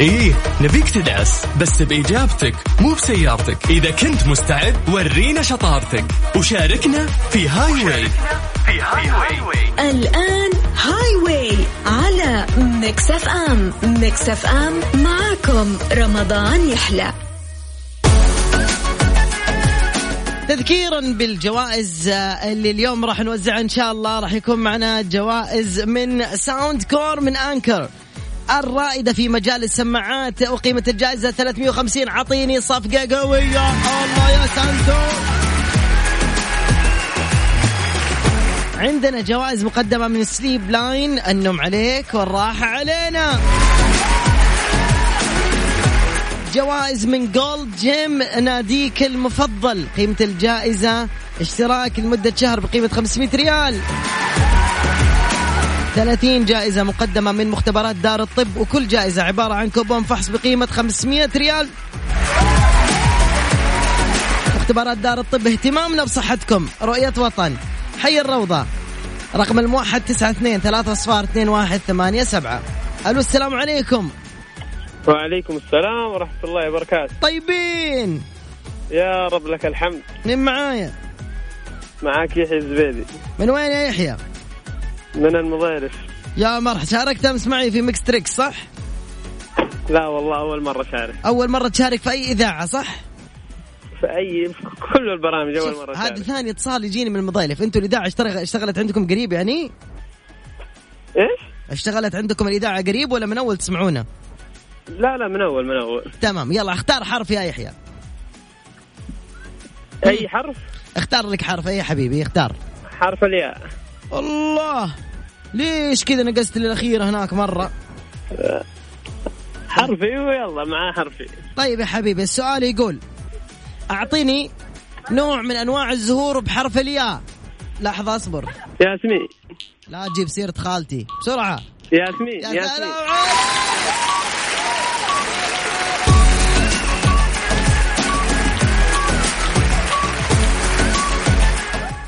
Speaker 1: إيه نبيك تدعس بس بإجابتك مو بسيارتك إذا كنت مستعد ورينا شطارتك وشاركنا في هاي واي
Speaker 2: في هاي واي
Speaker 3: الآن هاي واي على ميكس اف ام ميكس اف ام معكم رمضان يحلى
Speaker 4: تذكيرا بالجوائز آه، اللي اليوم راح نوزعها ان شاء الله راح يكون معنا جوائز من ساوند كور من انكر الرائدة في مجال السماعات وقيمة الجائزة 350 عطيني صفقة قوية الله يا سانتو عندنا جوائز مقدمة من سليب لاين النوم عليك والراحة علينا جوائز من جولد جيم ناديك المفضل قيمة الجائزة اشتراك لمدة شهر بقيمة 500 ريال 30 جائزة مقدمة من مختبرات دار الطب وكل جائزة عبارة عن كوبون فحص بقيمة 500 ريال مختبرات دار الطب اهتمامنا بصحتكم رؤية وطن حي الروضة رقم الموحد 92 3 أصفار 2187 ألو السلام عليكم
Speaker 7: وعليكم السلام ورحمة الله وبركاته
Speaker 4: طيبين
Speaker 7: يا رب لك الحمد
Speaker 4: من معايا
Speaker 7: معاك يحيى الزبيدي
Speaker 4: من وين يا يحيى
Speaker 7: من المضارف
Speaker 4: يا مرح شاركت امس معي في ميكس تريك صح
Speaker 7: لا والله أول مرة شارك
Speaker 4: اول مره تشارك في اي اذاعه صح
Speaker 7: في أي في كل البرامج أول
Speaker 4: شوف،
Speaker 7: مرة
Speaker 4: هذا
Speaker 7: شارك
Speaker 4: ثاني اتصال يجيني من المضايلف انتوا الاذاعه اشتغل- اشتغلت عندكم قريب يعني
Speaker 7: إيش؟
Speaker 4: اشتغلت عندكم الاذاعه قريب ولا من اول تسمعونا
Speaker 7: لا لا من أول من أول
Speaker 4: تمام يلا اختار حرف يا يحيى
Speaker 7: أي حرف
Speaker 4: اختار لك حرف اي حبيبي اختار
Speaker 7: حرف الياء
Speaker 4: الله ليش كذا نقصت للاخيره هناك مره
Speaker 7: حرفي ويلا معاه حرفي
Speaker 4: طيب يا حبيبي السؤال يقول اعطيني نوع من انواع الزهور بحرف الياء لحظه اصبر
Speaker 7: ياسمين
Speaker 4: لا تجيب سيره خالتي بسرعه
Speaker 7: ياسمين
Speaker 4: يا سلام
Speaker 7: ياسمين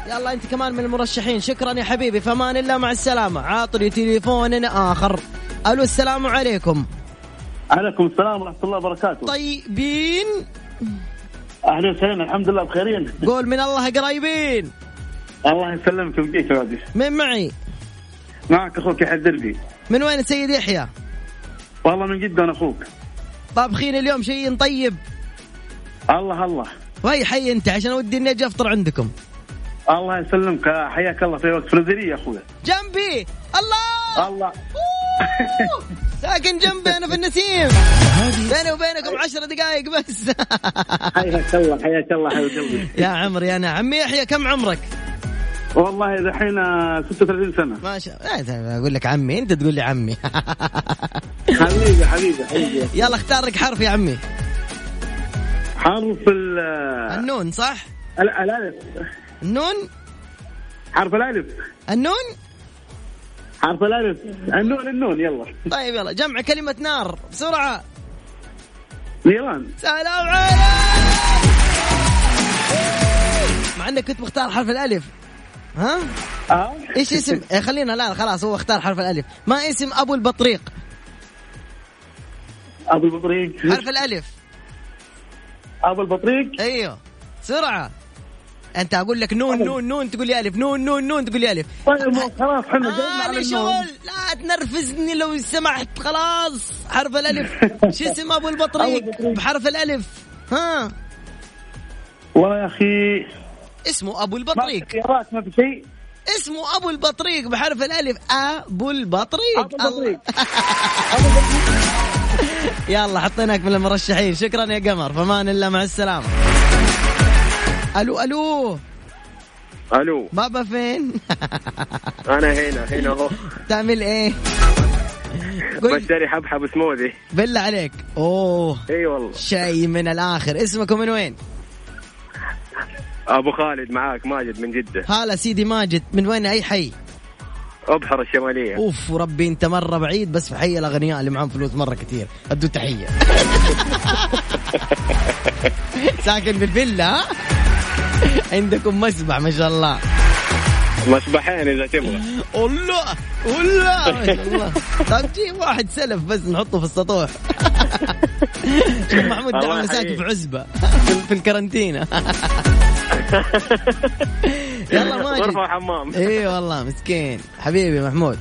Speaker 4: يلا انت كمان من المرشحين شكرا يا حبيبي فمان الله مع السلامه عاطني تليفون اخر الو السلام عليكم
Speaker 8: عليكم السلام ورحمة الله وبركاته
Speaker 4: طيب. طيبين
Speaker 8: أهلا وسهلا الحمد لله بخيرين
Speaker 4: قول من الله قريبين
Speaker 8: الله يسلمك ويبقيك يا عزيز
Speaker 4: من معي
Speaker 8: معك أخوك يحيى الدربي
Speaker 4: من وين سيد يحيى
Speaker 8: والله من جدا أخوك
Speaker 4: طابخين اليوم شيء طيب
Speaker 8: الله الله
Speaker 4: وهي حي انت عشان ودي اني اجي افطر عندكم
Speaker 8: الله يسلمك حياك الله في وقت فريزري يا أخوي
Speaker 4: جنبي الله
Speaker 8: الله
Speaker 4: ساكن جنبي انا في النسيم بيني وبينكم عشر دقائق بس
Speaker 8: حياك الله حياك الله حبيب قلبي
Speaker 4: يا عمري انا عمي يحيى كم عمرك؟
Speaker 8: والله دحين آه، 36 سنة
Speaker 4: ما شاء لا، اقول لك عمي انت تقول لي عمي
Speaker 8: حبيبي حبيبي حبيبي
Speaker 4: يلا اختار لك حرف يا عمي
Speaker 8: حرف ال آه،
Speaker 4: النون صح؟
Speaker 8: ال- الألف
Speaker 4: النون
Speaker 8: حرف الألف
Speaker 4: النون
Speaker 8: حرف الألف النون النون يلا
Speaker 4: طيب يلا جمع كلمة نار بسرعة
Speaker 8: نيران
Speaker 4: سلام عليك مع انك كنت مختار حرف الالف ها؟
Speaker 8: اه
Speaker 4: ايش اسم؟ إيه خلينا لا خلاص هو اختار حرف الالف، ما اسم ابو البطريق؟
Speaker 8: أبو البطريق
Speaker 4: حرف الالف إيه.
Speaker 8: أبو البطريق
Speaker 4: ايوه سرعة انت اقول لك نون نون نون تقول لي الف نون نون نون تقول لي الف
Speaker 8: طيب مو- خلاص حنا جايين على
Speaker 4: آه لي
Speaker 8: النوم
Speaker 4: شغل لا تنرفزني لو سمحت خلاص حرف الالف شو اسم ابو البطريق بحرف الالف ها
Speaker 8: والله يا اخي
Speaker 4: اسمه ابو
Speaker 8: ما في
Speaker 4: البطريق
Speaker 8: خيارات ما في شيء
Speaker 4: اسمه ابو البطريق بحرف الالف ابو البطريق
Speaker 8: أبو البطريق.
Speaker 4: الله. يلا حطيناك من المرشحين شكرا يا قمر فمان الله مع السلامه الو الو
Speaker 7: الو
Speaker 4: بابا فين
Speaker 7: انا هنا هنا اهو
Speaker 4: تعمل ايه قل
Speaker 7: بشتري حبحب سموذي
Speaker 4: بالله عليك اوه
Speaker 7: اي والله
Speaker 4: شيء من الاخر اسمكم من وين
Speaker 7: ابو خالد معاك ماجد من جده
Speaker 4: هلا سيدي ماجد من وين اي حي
Speaker 7: ابحر الشماليه
Speaker 4: اوف وربي انت مره بعيد بس في حي الاغنياء اللي معاهم فلوس مره كثير ادوا تحيه ساكن بالفيلا ها عندكم مسبح ما شاء الله
Speaker 7: مصبحين اذا تبغى
Speaker 4: الله الله ما شاء الله طب جيب طيب، واحد سلف بس نحطه في السطوح شوف محمود
Speaker 7: الله
Speaker 4: دعوه ساكن
Speaker 7: يحييك.
Speaker 4: في عزبه في الكرنتينه يلا
Speaker 7: غرفه
Speaker 4: ماجد
Speaker 7: وحمام
Speaker 4: اي والله مسكين حبيبي محمود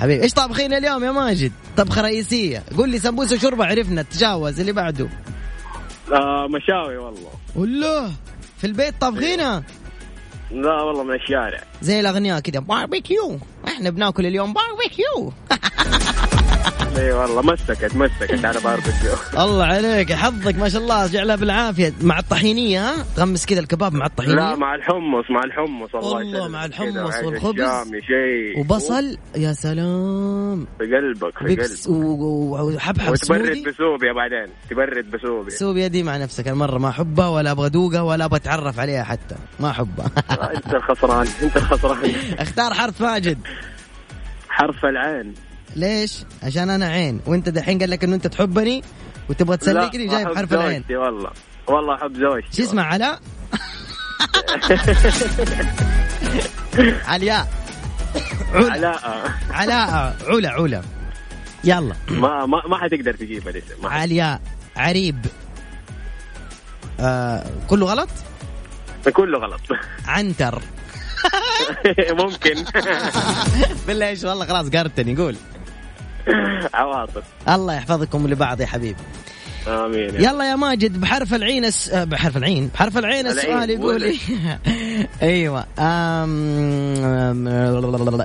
Speaker 4: حبيبي ايش طابخين اليوم يا ماجد طبخه رئيسيه قول لي سمبوسه وشوربه عرفنا تجاوز اللي بعده
Speaker 7: آه مشاوي والله
Speaker 4: والله في البيت طابخينها
Speaker 7: لا والله من الشارع
Speaker 4: زي الاغنياء كده باربيكيو احنا بناكل اليوم باربيكيو
Speaker 7: اي إيه والله مسكت مسكت على باربيكيو
Speaker 4: الله عليك حظك ما شاء الله جعلها بالعافيه مع الطحينيه ها تغمس كذا الكباب مع
Speaker 7: لا
Speaker 4: الطحينيه
Speaker 7: مع الحمص مع الحمص الله
Speaker 4: والله
Speaker 7: يسلمك.
Speaker 4: مع
Speaker 7: كده
Speaker 4: الحمص
Speaker 7: عيش
Speaker 4: والخبز
Speaker 7: الشامي شيء
Speaker 4: وبصل يا سلام
Speaker 7: في قلبك في
Speaker 4: بيبس
Speaker 7: قلبك
Speaker 4: و- وحبحب
Speaker 7: وتبرد
Speaker 4: سموذي
Speaker 7: بسوبيا بعدين تبرد بسوبيا
Speaker 4: سوبيا دي مع نفسك انا مره ما احبها ولا ابغى ادوقها ولا ابغى اتعرف عليها حتى ما احبها
Speaker 7: آه، انت الخسران انت الخسران
Speaker 4: اختار حرف ماجد
Speaker 7: حرف العين
Speaker 4: ليش؟ عشان انا عين وانت دحين قال لك انه انت تحبني وتبغى تسلكني
Speaker 7: لا،
Speaker 4: جايب
Speaker 7: أحب
Speaker 4: حرف العين
Speaker 7: زوجتي والله والله احب زوجتي
Speaker 4: شو اسمه علاء؟ علياء علا
Speaker 7: علاء
Speaker 4: علاء علا علا يلا
Speaker 7: ما ما ما حتقدر تجيبها الاسم ما حت-
Speaker 4: علياء عريب آه كله غلط
Speaker 7: كله غلط
Speaker 4: عنتر
Speaker 7: ممكن
Speaker 4: بالله ايش والله خلاص قرتني قول
Speaker 7: عواطف
Speaker 4: الله يحفظكم لبعض يا حبيبي
Speaker 7: امين
Speaker 4: يلا يا ماجد بحرف العين الس... آه، بحرف العين بحرف العين
Speaker 7: العين،
Speaker 4: السؤال
Speaker 7: قول.
Speaker 4: يقول إيه. ايوه آم... آم...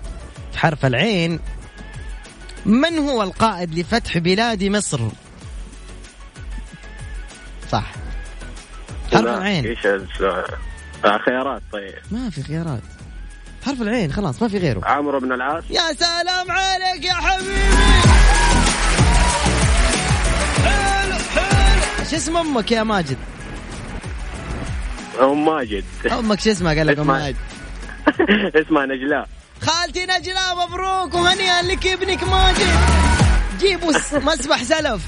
Speaker 4: بحرف العين من هو القائد لفتح بلاد مصر؟ صح حرف
Speaker 7: لا،
Speaker 4: العين
Speaker 7: ايش السؤال؟ آه، خيارات طيب
Speaker 4: ما في خيارات حرف العين خلاص ما في غيره
Speaker 7: عمرو بن العاص
Speaker 4: يا سلام عليك يا حبيبي حلو، حلو. شو اسم امك يا ماجد؟
Speaker 7: ام ماجد
Speaker 4: امك شو اسمها قال لك ام
Speaker 7: اسمها.
Speaker 4: ماجد
Speaker 7: اسمها نجلاء
Speaker 4: خالتي نجلاء مبروك وهنيئا لك ابنك ماجد جيبوا س- مسبح سلف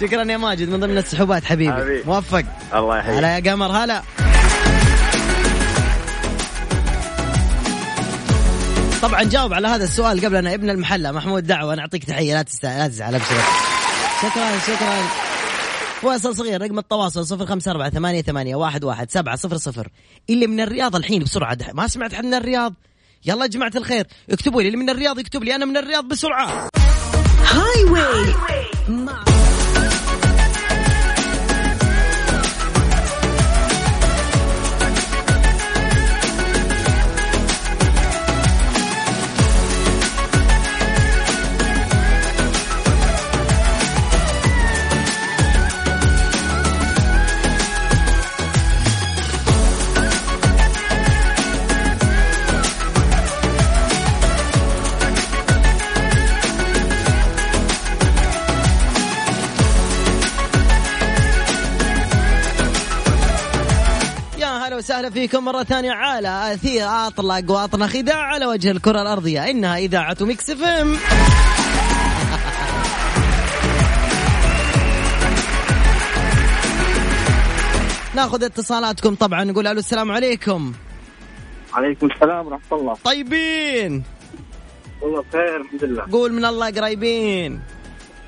Speaker 4: شكرا يا ماجد من ضمن السحوبات حبيبي
Speaker 7: حبيبي.
Speaker 4: موفق
Speaker 7: الله يحييك
Speaker 4: هلا يا قمر هلا طبعا جاوب على هذا السؤال قبل انا ابن المحله محمود دعوه انا اعطيك تحيه لا تستاهل لا تزعل ابشرك شكرا شكرا فيصل صغير رقم التواصل صفر خمسة أربعة ثمانية ثمانية واحد واحد سبعة صفر صفر اللي من الرياض الحين بسرعة ده. ما سمعت حد من الرياض يلا يا جماعة الخير اكتبوا لي اللي من الرياض يكتب لي أنا من الرياض بسرعة
Speaker 3: هاي واي مع
Speaker 4: يا هلا وسهلا فيكم مرة ثانية على أثير أطلق وأطلق خداع على وجه الكرة الأرضية إنها إذاعة ميكس اف ام ناخذ اتصالاتكم طبعا نقول الو السلام عليكم
Speaker 8: عليكم السلام ورحمه الله
Speaker 4: طيبين
Speaker 8: والله بخير الحمد لله
Speaker 4: قول من الله قريبين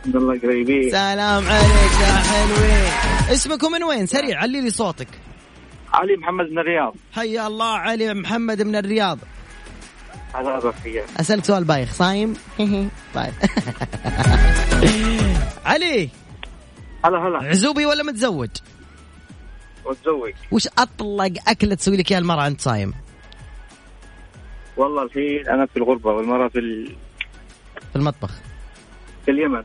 Speaker 8: الحمد لله قريبين
Speaker 4: سلام عليك يا حلوين اسمكم من وين سريع علي لي صوتك
Speaker 6: علي محمد من الرياض
Speaker 4: حيا الله علي محمد من الرياض
Speaker 6: هلا بك
Speaker 4: اسالك سؤال بايخ صايم طيب علي
Speaker 6: هلا هلا
Speaker 4: عزوبي ولا متزوج
Speaker 6: وتزوج
Speaker 4: وش اطلق اكله تسوي لك اياها المراه انت صايم
Speaker 6: والله الحين انا في الغربه والمره في, ال...
Speaker 4: في المطبخ
Speaker 6: في اليمن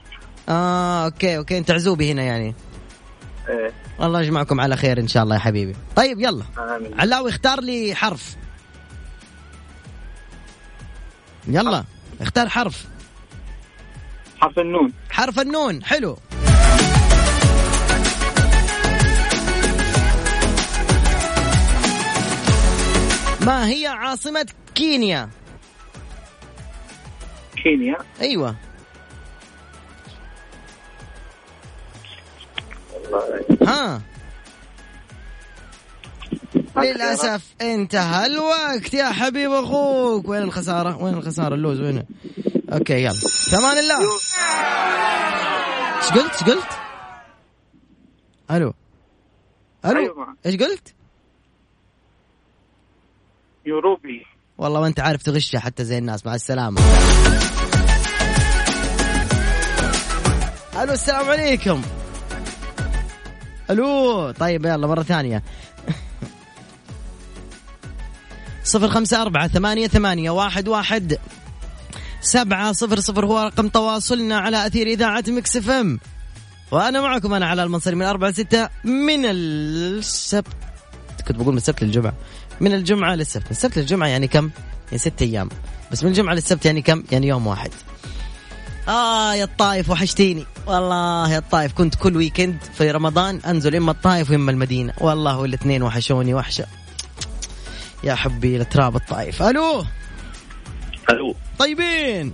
Speaker 4: اه اوكي اوكي انت عزوبي هنا يعني
Speaker 6: إيه.
Speaker 4: الله يجمعكم على خير ان شاء الله يا حبيبي طيب يلا
Speaker 6: آمين.
Speaker 4: علاوي اختار لي حرف يلا اختار حرف
Speaker 6: حرف النون
Speaker 4: حرف النون حلو ما هي عاصمة كينيا؟
Speaker 6: كينيا
Speaker 4: ايوه ها للاسف انتهى الوقت يا حبيب اخوك وين الخساره وين الخساره اللوز وين اوكي يلا تمام الله ايش قلت ايش قلت الو الو
Speaker 6: أيوة.
Speaker 4: ايش قلت
Speaker 6: يوروبي
Speaker 4: والله ما انت عارف تغشها حتى زي الناس مع السلامه الو السلام عليكم الو طيب يلا مره ثانيه صفر خمسة أربعة ثمانية ثمانية واحد واحد سبعة صفر صفر هو رقم تواصلنا على أثير إذاعة مكس اف ام وأنا معكم أنا على المنصري من أربعة ستة من السبت كنت بقول من السبت للجمعة من الجمعة للسبت من السبت للجمعة يعني كم؟ يعني ست أيام بس من الجمعة للسبت يعني كم؟ يعني يوم واحد آه يا الطايف وحشتيني والله يا الطايف كنت كل ويكند في رمضان أنزل إما الطايف وإما المدينة والله الاثنين وحشوني وحشة يا حبي لتراب الطايف ألو
Speaker 9: الو
Speaker 4: طيبين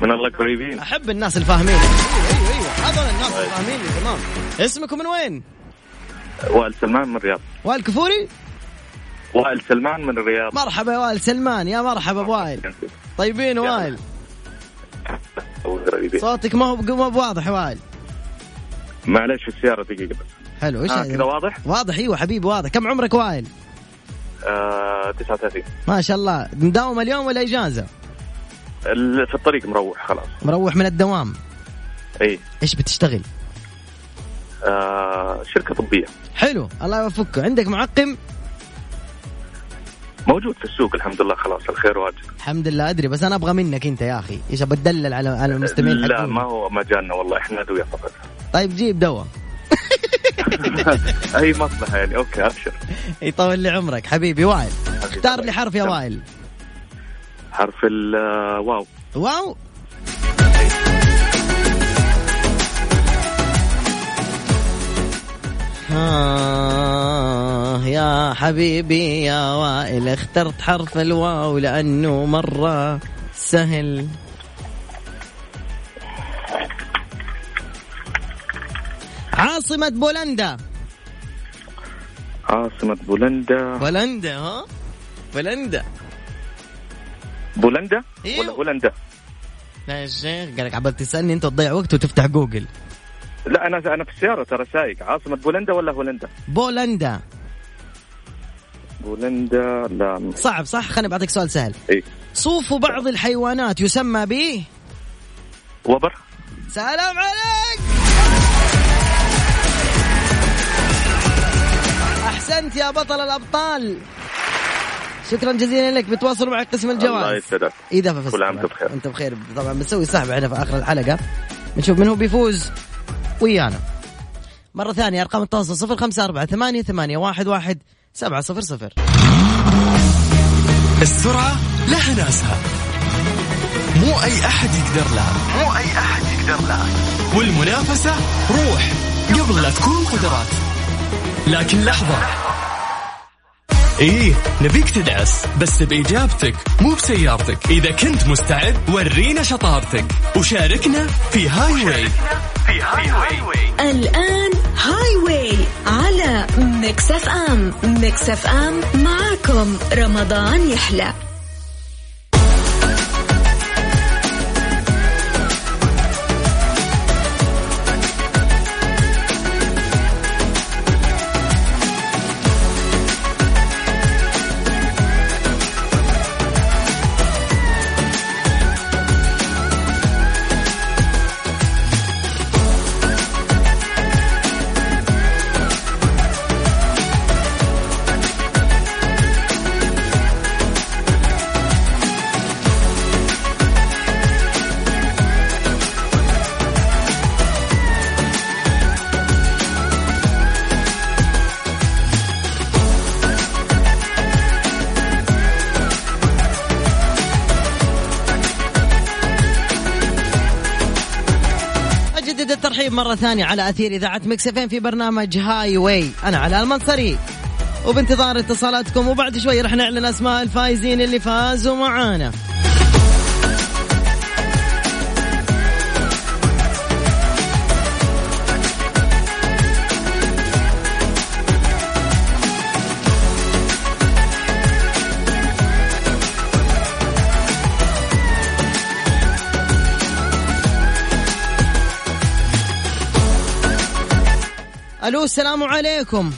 Speaker 9: من الله قريبين
Speaker 4: أحب الناس الفاهمين أيوة أيوة أيوة هذول الناس الفاهمين اللي تمام اسمكم من وين؟
Speaker 9: وائل سلمان من الرياض
Speaker 4: وائل كفوري؟
Speaker 9: وائل سلمان من الرياض
Speaker 4: مرحبا يا وائل سلمان يا مرحبا بوائل طيبين وائل
Speaker 9: قريبين
Speaker 4: صوتك ما هو ما هو واضح يا وائل
Speaker 9: معلش في السياره دقيقه بس
Speaker 4: حلو ايش
Speaker 9: آه،
Speaker 4: هذا؟
Speaker 9: كذا واضح؟
Speaker 4: واضح ايوه حبيبي واضح كم عمرك وائل
Speaker 9: آه 39
Speaker 4: ما شاء الله مداوم اليوم ولا اجازه
Speaker 9: ال- في الطريق مروح خلاص إيه.
Speaker 4: مروح من الدوام
Speaker 9: اي
Speaker 4: ايش بتشتغل
Speaker 9: آه شركه طبيه
Speaker 4: حلو الله يوفقك عندك معقم
Speaker 9: موجود في السوق الحمد لله خلاص الخير واجد
Speaker 4: الحمد لله ادري بس انا ابغى منك انت يا اخي ايش بتدلل على على المستمعين
Speaker 9: لا
Speaker 4: حقين؟
Speaker 9: ما هو مجالنا والله احنا ادويه فقط
Speaker 4: طيب جيب دواء
Speaker 9: اي مصلحه يعني اوكي ابشر
Speaker 4: يطول لي عمرك حبيبي وائل
Speaker 9: حبيبي.
Speaker 4: اختار لي حرف يا
Speaker 9: تمام.
Speaker 4: وائل
Speaker 9: حرف ال آه، واو
Speaker 4: واو آه يا حبيبي يا وائل اخترت حرف الواو لأنه مرة سهل عاصمة بولندا
Speaker 9: عاصمه بولندا
Speaker 4: بولندا ها بولندا
Speaker 9: بولندا ولا
Speaker 4: إيوه.
Speaker 9: هولندا
Speaker 4: لا يا شيخ قالك عبال تسألني انت تضيع وقت وتفتح جوجل
Speaker 9: لا انا انا في السياره ترى سايق عاصمه بولندا ولا هولندا
Speaker 4: بولندا
Speaker 9: بولندا لا إيه.
Speaker 4: صعب صح خليني بعطيك سؤال سهل
Speaker 9: اي
Speaker 4: صوف بعض الحيوانات يسمى به
Speaker 9: وبر
Speaker 4: سلام عليك احسنت يا بطل الابطال شكرا جزيلا لك بتواصلوا مع قسم
Speaker 9: الله
Speaker 4: الجوائز
Speaker 9: يسعدك
Speaker 4: ايه ده ففزت
Speaker 9: كل عام
Speaker 4: طبعاً.
Speaker 9: وأنت بخير.
Speaker 4: انت بخير طبعا بنسوي سحب علينا في اخر الحلقه بنشوف من هو بيفوز ويانا مره ثانيه ارقام التواصل 054 خمسه اربعه ثمانيه ثمانيه واحد واحد سبعه صفر صفر
Speaker 1: السرعة لها ناسها مو أي أحد يقدر لها
Speaker 2: مو أي أحد يقدر لها
Speaker 1: والمنافسة روح قبل لا تكون قدرات لكن لحظة إيه نبيك تدعس بس بإجابتك مو بسيارتك إذا كنت مستعد ورينا شطارتك وشاركنا في هاي واي
Speaker 2: في هاي واي
Speaker 3: الآن هاي واي على ميكس اف ام ميكس اف ام معاكم رمضان يحلى
Speaker 4: الرحيب مرة ثانية على أثير إذاعة مكسفين في برنامج هاي واي أنا علاء المنصري وبانتظار اتصالاتكم وبعد شوي رح نعلن أسماء الفائزين اللي فازوا معانا ألو السلام عليكم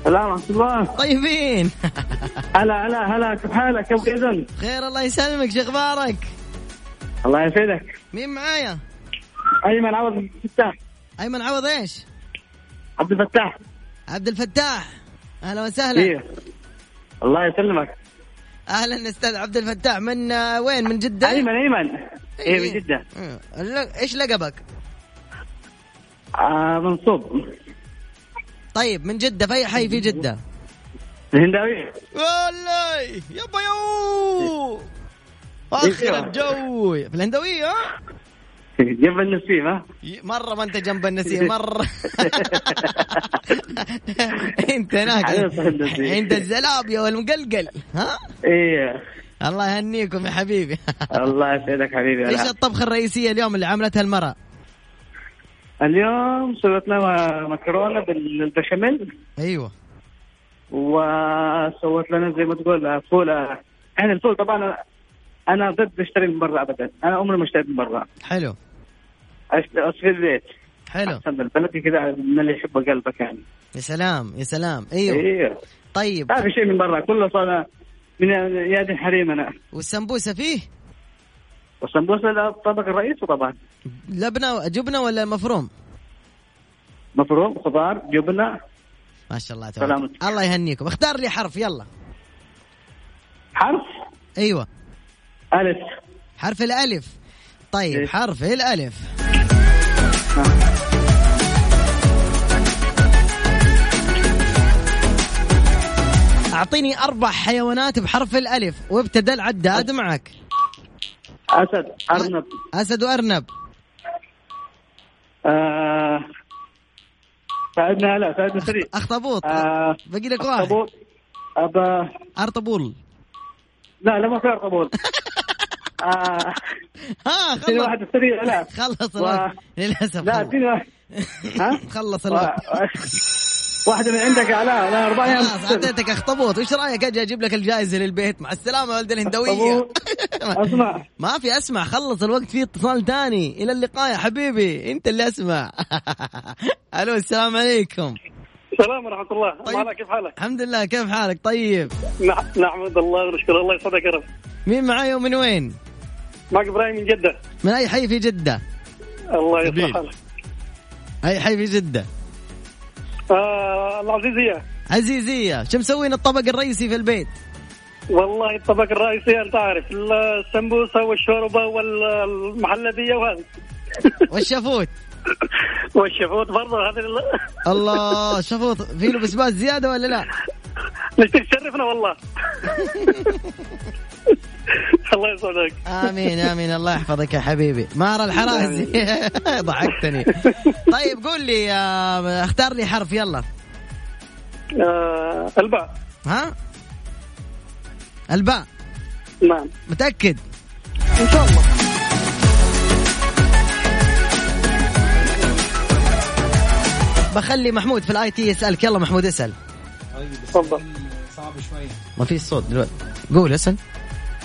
Speaker 6: السلام ورحمة الله
Speaker 4: طيبين
Speaker 6: هلا هلا هلا كيف حالك يا ابو اذن؟
Speaker 4: خير الله يسلمك شو أخبارك
Speaker 6: الله يسعدك
Speaker 4: مين معايا
Speaker 6: ايمن عوض عبد الفتاح
Speaker 4: أيمن عوض إيش
Speaker 6: عبد الفتاح
Speaker 4: عبد الفتاح أهلا وسهلا
Speaker 6: إيه. الله يسلمك
Speaker 4: أهلا أستاذ عبد الفتاح من آه، وين من جدة
Speaker 6: ايمن ايمن ايه من جدة
Speaker 4: إيه. ال- ايش لقبك؟
Speaker 6: آه منصوب
Speaker 4: طيب من جدة في أي حي في جدة؟
Speaker 6: الهنداوية
Speaker 4: والله يبا يو
Speaker 6: إيه.
Speaker 4: اخر الجو في الهندوية ها؟
Speaker 6: جنب النسيم ها
Speaker 4: ي- مرة ما انت جنب النسيم مرة انت هناك
Speaker 6: علينا صاحب النسيم.
Speaker 4: عند الزلابية والمقلقل ها
Speaker 6: ايه
Speaker 4: الله يهنيكم يا حبيبي
Speaker 6: الله يسعدك حبيبي
Speaker 4: ايش
Speaker 6: هلا.
Speaker 4: الطبخة الرئيسية اليوم اللي عملتها المرأة؟
Speaker 6: اليوم سويت لنا مكرونه بالبشاميل
Speaker 4: ايوه
Speaker 6: وسويت لنا زي ما تقول فول احنا الفول طبعا انا ضد اشتري من برا ابدا انا عمري ما اشتريت من برا
Speaker 4: حلو
Speaker 6: أشت- اشتري البيت
Speaker 4: حلو
Speaker 6: احسن من بلدي كذا من اللي يحب قلبك يعني
Speaker 4: يا سلام يا سلام ايوه
Speaker 6: ايوه
Speaker 4: طيب
Speaker 6: ما في شيء من برا كله صار من يا دي الحريم انا
Speaker 4: والسمبوسة فيه
Speaker 6: والسمبوسه لا الطبق الرئيسي طبعا
Speaker 4: لبنة جبنة ولا مفروم؟
Speaker 6: مفروم خضار جبنه
Speaker 4: ما شاء الله تبارك
Speaker 6: سلامتك.
Speaker 4: الله يهنيكم اختار لي حرف يلا
Speaker 6: حرف
Speaker 4: ايوه
Speaker 6: الف
Speaker 4: حرف الالف طيب
Speaker 6: إيه.
Speaker 4: حرف الالف اعطيني اربع حيوانات بحرف الالف وابتدى العداد معك
Speaker 6: اسد ارنب
Speaker 4: اسد وارنب
Speaker 6: آه، ساعدنا لا ساعدنا سريع
Speaker 4: اخطبوط
Speaker 6: آه،
Speaker 4: باقي لك واحد
Speaker 6: طابور أبا
Speaker 4: ارطبول
Speaker 6: لا لا ما في طابور آه،
Speaker 4: ها
Speaker 6: اديني
Speaker 4: خلص
Speaker 6: إيه، واحد سريع لا
Speaker 4: خلص
Speaker 6: و-
Speaker 4: الوقت للاسف
Speaker 6: لا
Speaker 4: خلص.
Speaker 6: اديني واحد ها
Speaker 4: خلص
Speaker 6: و-
Speaker 4: الوقت
Speaker 6: واحدة من عندك على لا أربعة أيام
Speaker 4: خلاص اعطيتك اخطبوط وش رايك اجي اجيب لك الجائزه للبيت مع السلامه يا ولد الهندويه
Speaker 6: أخطبوط. أسمع
Speaker 4: ما في اسمع خلص الوقت في اتصال تاني الى اللقاء يا حبيبي انت اللي اسمع الو السلام عليكم
Speaker 7: السلام ورحمه الله
Speaker 4: طيب.
Speaker 7: معنا كيف حالك؟
Speaker 4: الحمد لله كيف حالك طيب
Speaker 7: نع- نحمد الله ونشكر الله يسعدك يا رب
Speaker 4: مين معاي ومن وين
Speaker 7: معك ابراهيم من جده
Speaker 4: من اي حي في جده
Speaker 7: الله
Speaker 10: جميل.
Speaker 7: يصلح حالك
Speaker 4: اي حي في جده
Speaker 7: آه العزيزيه
Speaker 4: عزيزيه شو مسوين الطبق الرئيسي في البيت
Speaker 7: والله الطبق الرئيسي انت عارف السمبوسه والشوربه والمحلبيه وهذا
Speaker 4: والشافوت
Speaker 7: والشفوت برضه هذا ال-
Speaker 4: الله الشافوت فيه له بسباس زياده ولا لا
Speaker 7: نشتري تشرفنا والله الله يسعدك
Speaker 4: امين امين الله يحفظك يا حبيبي مار الحرازي ضحكتني طيب قول لي آه، اختار لي حرف يلا
Speaker 7: آه الباء
Speaker 4: ها الباء
Speaker 7: نعم
Speaker 4: متاكد
Speaker 7: ان شاء الله
Speaker 4: بخلي محمود في الاي تي يسالك يلا محمود اسال
Speaker 7: تفضل
Speaker 1: صعب شوية
Speaker 4: ما في صوت دلوقتي قول اسال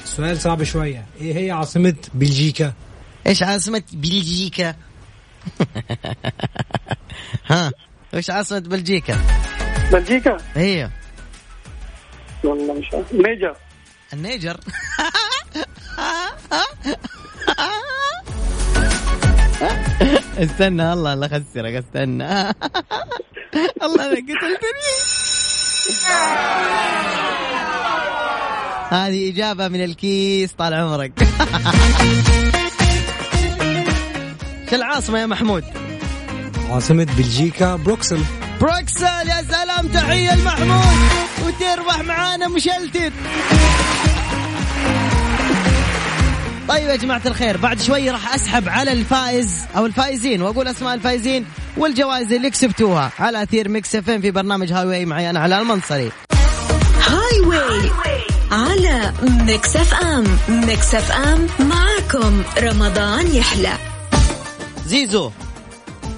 Speaker 1: السؤال صعب شوية إيه هي عاصمة بلجيكا؟
Speaker 4: ايش عاصمة بلجيكا ها ايش عاصمة بلجيكا
Speaker 7: بلجيكا
Speaker 4: هي
Speaker 7: والله مش عارف نيجر
Speaker 4: النيجر استنى الله لا اخسرك استنى الله انا قتلتني هذه اجابه من الكيس طال عمرك شو العاصمه يا محمود
Speaker 1: عاصمة بلجيكا بروكسل
Speaker 4: بروكسل يا سلام تحية لمحمود وتربح معانا مشلتت طيب يا جماعة الخير بعد شوي راح أسحب على الفائز أو الفائزين وأقول أسماء الفائزين والجوائز اللي كسبتوها على أثير ميكس اف في برنامج هاي واي معي أنا على المنصري
Speaker 3: هاي واي على ميكس اف ام ميكس اف ام معاكم رمضان يحلى
Speaker 4: زيزو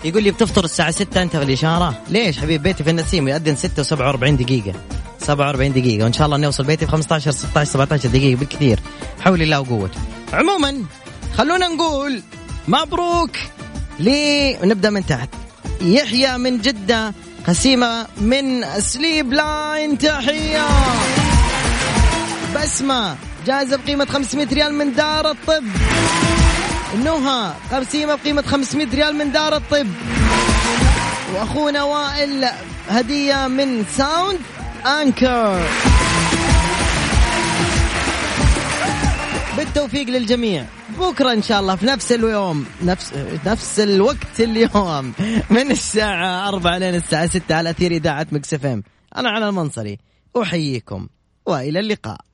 Speaker 4: يقول لي بتفطر الساعة 6 أنت بالإشارة ليش حبيب بيتي في النسيم يؤذن 6 و47 دقيقة 47 دقيقة وإن شاء الله نوصل بيتي في 15 16 17 دقيقة بالكثير حول الله وقوته عموما خلونا نقول مبروك لي نبدأ من تحت يحيى من جدة قسيمة من سليب لاين تحية بسمة جائزة بقيمة 500 ريال من دار الطب نهى قسيمة بقيمة 500 ريال من دار الطب وأخونا وائل هدية من ساوند أنكر بالتوفيق للجميع بكرة إن شاء الله في نفس اليوم نفس نفس الوقت اليوم من الساعة 4 لين الساعة 6 على أثير إذاعة مكسفين أنا على المنصري أحييكم وإلى اللقاء